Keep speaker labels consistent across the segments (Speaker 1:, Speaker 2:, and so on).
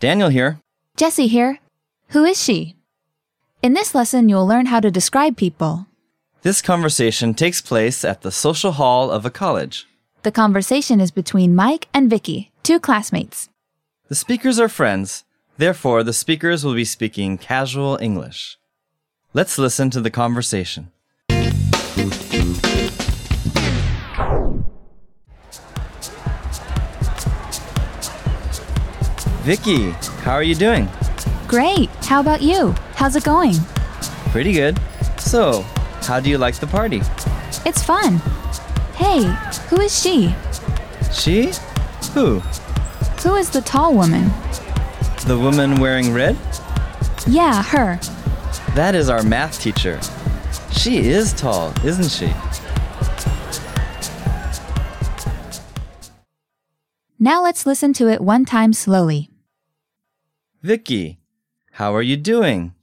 Speaker 1: Daniel here.
Speaker 2: Jessie here. Who is she? In this lesson, you'll learn how to describe people.
Speaker 1: This conversation takes place at the social hall of a college.
Speaker 2: The conversation is between Mike and Vicky, two classmates.
Speaker 1: The speakers are friends, therefore, the speakers will be speaking casual English. Let's listen to the conversation. Vicky, how are you doing?
Speaker 2: Great. How about you? How's it going?
Speaker 1: Pretty good. So, how do you like the party?
Speaker 2: It's fun. Hey, who is she?
Speaker 1: She? Who?
Speaker 2: Who is the tall woman?
Speaker 1: The woman wearing red?
Speaker 2: Yeah, her.
Speaker 1: That is our math teacher. She is tall, isn't she?
Speaker 2: Now let's listen to it one time slowly.
Speaker 1: Vicky, how are you doing?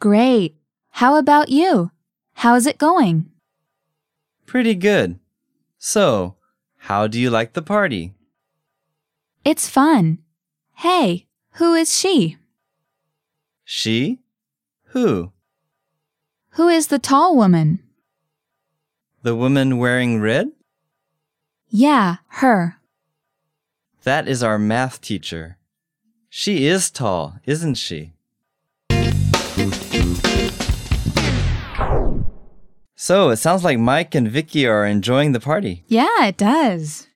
Speaker 2: Great. How about you? How's it going?
Speaker 1: Pretty good. So, how do you like the party?
Speaker 2: It's fun. Hey, who is she?
Speaker 1: She? Who?
Speaker 2: Who is the tall woman?
Speaker 1: The woman wearing red?
Speaker 2: Yeah, her.
Speaker 1: That is our math teacher. She is tall, isn't she? So, it sounds like Mike and Vicky are enjoying the party.
Speaker 2: Yeah, it does.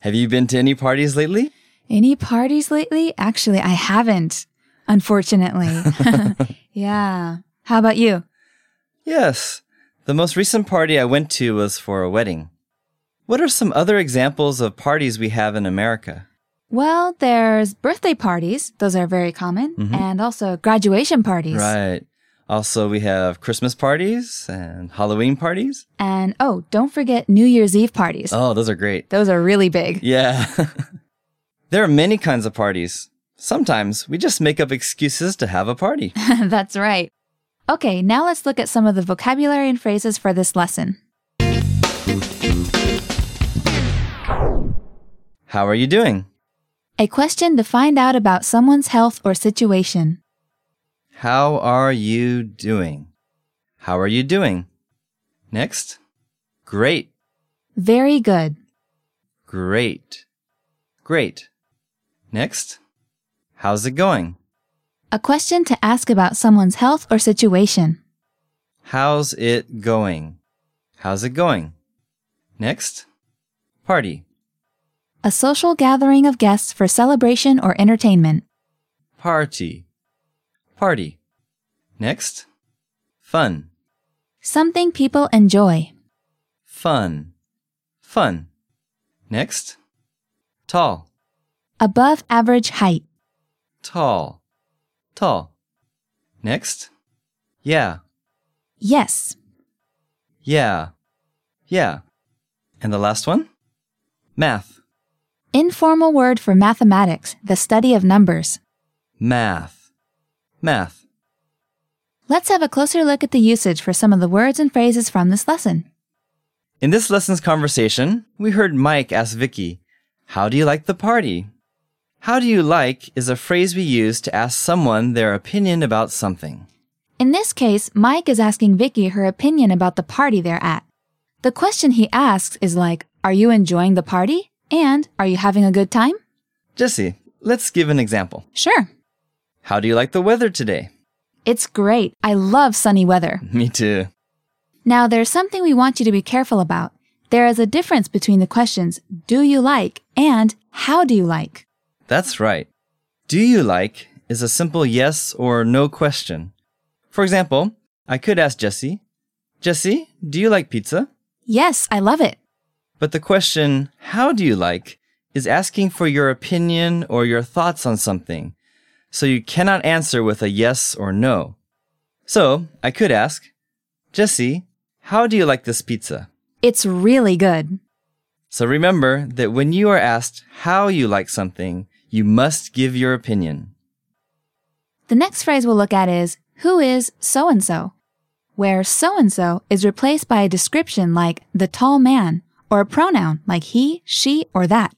Speaker 1: Have you been to any parties lately?
Speaker 2: Any parties lately? Actually, I haven't, unfortunately. yeah. How about you?
Speaker 1: Yes. The most recent party I went to was for a wedding. What are some other examples of parties we have in America?
Speaker 2: Well, there's birthday parties. Those are very common. And also graduation parties.
Speaker 1: Mm-hmm. Right. Also, we have Christmas parties and Halloween parties.
Speaker 2: And oh, don't forget New Year's Eve parties.
Speaker 1: Oh, those are great.
Speaker 2: Those are really big.
Speaker 1: Yeah. there are many kinds of parties. Sometimes we just make up excuses to have a party.
Speaker 2: That's right. Okay, now let's look at some of the vocabulary and phrases for this lesson.
Speaker 1: How are you doing?
Speaker 2: A question to find out about someone's health or situation.
Speaker 1: How are you doing? How are you doing? Next. Great.
Speaker 2: Very good.
Speaker 1: Great. Great. Next. How's it going?
Speaker 2: A question to ask about someone's health or situation.
Speaker 1: How's it going? How's it going? Next. Party.
Speaker 2: A social gathering of guests for celebration or entertainment.
Speaker 1: Party. Party. Next. Fun.
Speaker 2: Something people enjoy.
Speaker 1: Fun. Fun. Next. Tall.
Speaker 2: Above average height.
Speaker 1: Tall. Tall. Next. Yeah.
Speaker 2: Yes.
Speaker 1: Yeah. Yeah. And the last one? Math.
Speaker 2: Informal word for mathematics, the study of numbers.
Speaker 1: Math. Math.
Speaker 2: Let's have a closer look at the usage for some of the words and phrases from this lesson.
Speaker 1: In this lesson's conversation, we heard Mike ask Vicky, How do you like the party? How do you like is a phrase we use to ask someone their opinion about something.
Speaker 2: In this case, Mike is asking Vicky her opinion about the party they're at. The question he asks is like, are you enjoying the party? And are you having a good time?
Speaker 1: Jesse, let's give an example.
Speaker 2: Sure.
Speaker 1: How do you like the weather today?
Speaker 2: It's great. I love sunny weather.
Speaker 1: Me too.
Speaker 2: Now, there's something we want you to be careful about. There is a difference between the questions, do you like and how do you like?
Speaker 1: That's right. Do you like is a simple yes or no question. For example, I could ask Jesse, Jesse, do you like pizza?
Speaker 2: Yes, I love it.
Speaker 1: But the question, how do you like, is asking for your opinion or your thoughts on something. So you cannot answer with a yes or no. So I could ask, Jesse, how do you like this pizza?
Speaker 2: It's really good.
Speaker 1: So remember that when you are asked how you like something, you must give your opinion.
Speaker 2: The next phrase we'll look at is who is so and so, where so and so is replaced by a description like the tall man or a pronoun like he, she, or that.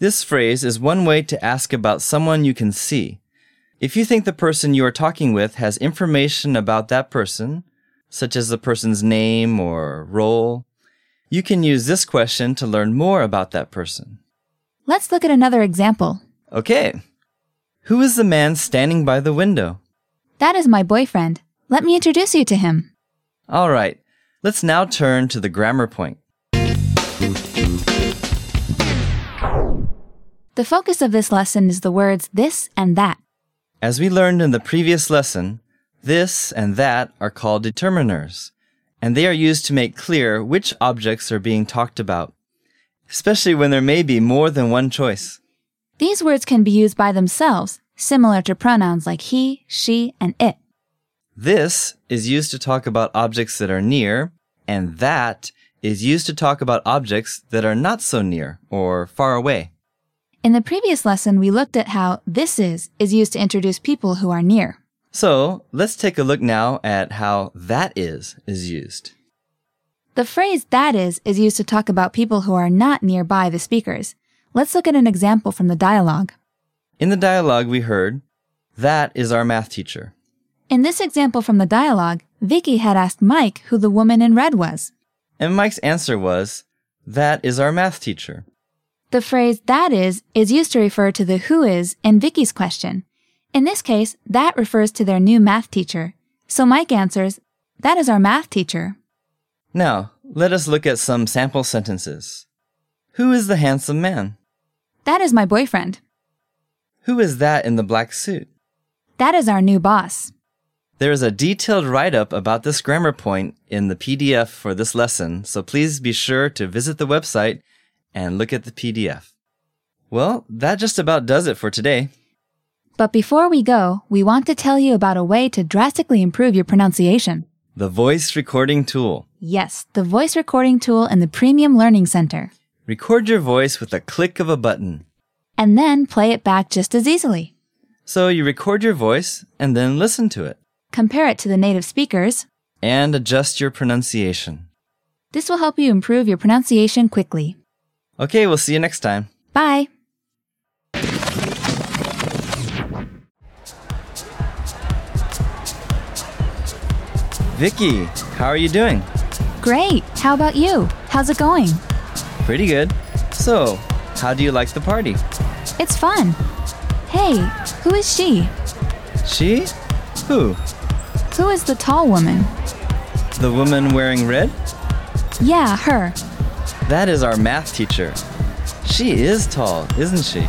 Speaker 1: This phrase is one way to ask about someone you can see. If you think the person you are talking with has information about that person, such as the person's name or role, you can use this question to learn more about that person.
Speaker 2: Let's look at another example.
Speaker 1: Okay. Who is the man standing by the window?
Speaker 2: That is my boyfriend. Let me introduce you to him.
Speaker 1: All right. Let's now turn to the grammar point.
Speaker 2: The focus of this lesson is the words this and that.
Speaker 1: As we learned in the previous lesson, this and that are called determiners, and they are used to make clear which objects are being talked about, especially when there may be more than one choice.
Speaker 2: These words can be used by themselves, similar to pronouns like he, she, and it.
Speaker 1: This is used to talk about objects that are near, and that is used to talk about objects that are not so near or far away.
Speaker 2: In the previous lesson, we looked at how this is is used to introduce people who are near.
Speaker 1: So let's take a look now at how that is is used.
Speaker 2: The phrase that is is used to talk about people who are not nearby the speakers. Let's look at an example from the dialogue.
Speaker 1: In the dialogue, we heard, That is our math teacher.
Speaker 2: In this example from the dialogue, Vicky had asked Mike who the woman in red was.
Speaker 1: And Mike's answer was, That is our math teacher.
Speaker 2: The phrase that is is used to refer to the who is in Vicky's question. In this case, that refers to their new math teacher. So Mike answers, That is our math teacher.
Speaker 1: Now, let us look at some sample sentences. Who is the handsome man?
Speaker 2: That is my boyfriend.
Speaker 1: Who is that in the black suit?
Speaker 2: That is our new boss.
Speaker 1: There is a detailed write up about this grammar point in the PDF for this lesson, so please be sure to visit the website and look at the PDF. Well, that just about does it for today.
Speaker 2: But before we go, we want to tell you about a way to drastically improve your pronunciation.
Speaker 1: The voice recording tool.
Speaker 2: Yes, the voice recording tool in the Premium Learning Center.
Speaker 1: Record your voice with a click of a button.
Speaker 2: And then play it back just as easily.
Speaker 1: So you record your voice and then listen to it
Speaker 2: Compare it to the native speakers.
Speaker 1: and adjust your pronunciation.
Speaker 2: This will help you improve your pronunciation quickly.
Speaker 1: Okay, we'll see you next time.
Speaker 2: Bye!
Speaker 1: Vicky, how are you doing?
Speaker 2: Great! How about you? How's it going?
Speaker 1: Pretty good. So, how do you like the party?
Speaker 2: It's fun! Hey, who is she?
Speaker 1: She? Who?
Speaker 2: Who is the tall woman?
Speaker 1: The woman wearing red?
Speaker 2: Yeah, her.
Speaker 1: That is our math teacher. She is tall, isn't she?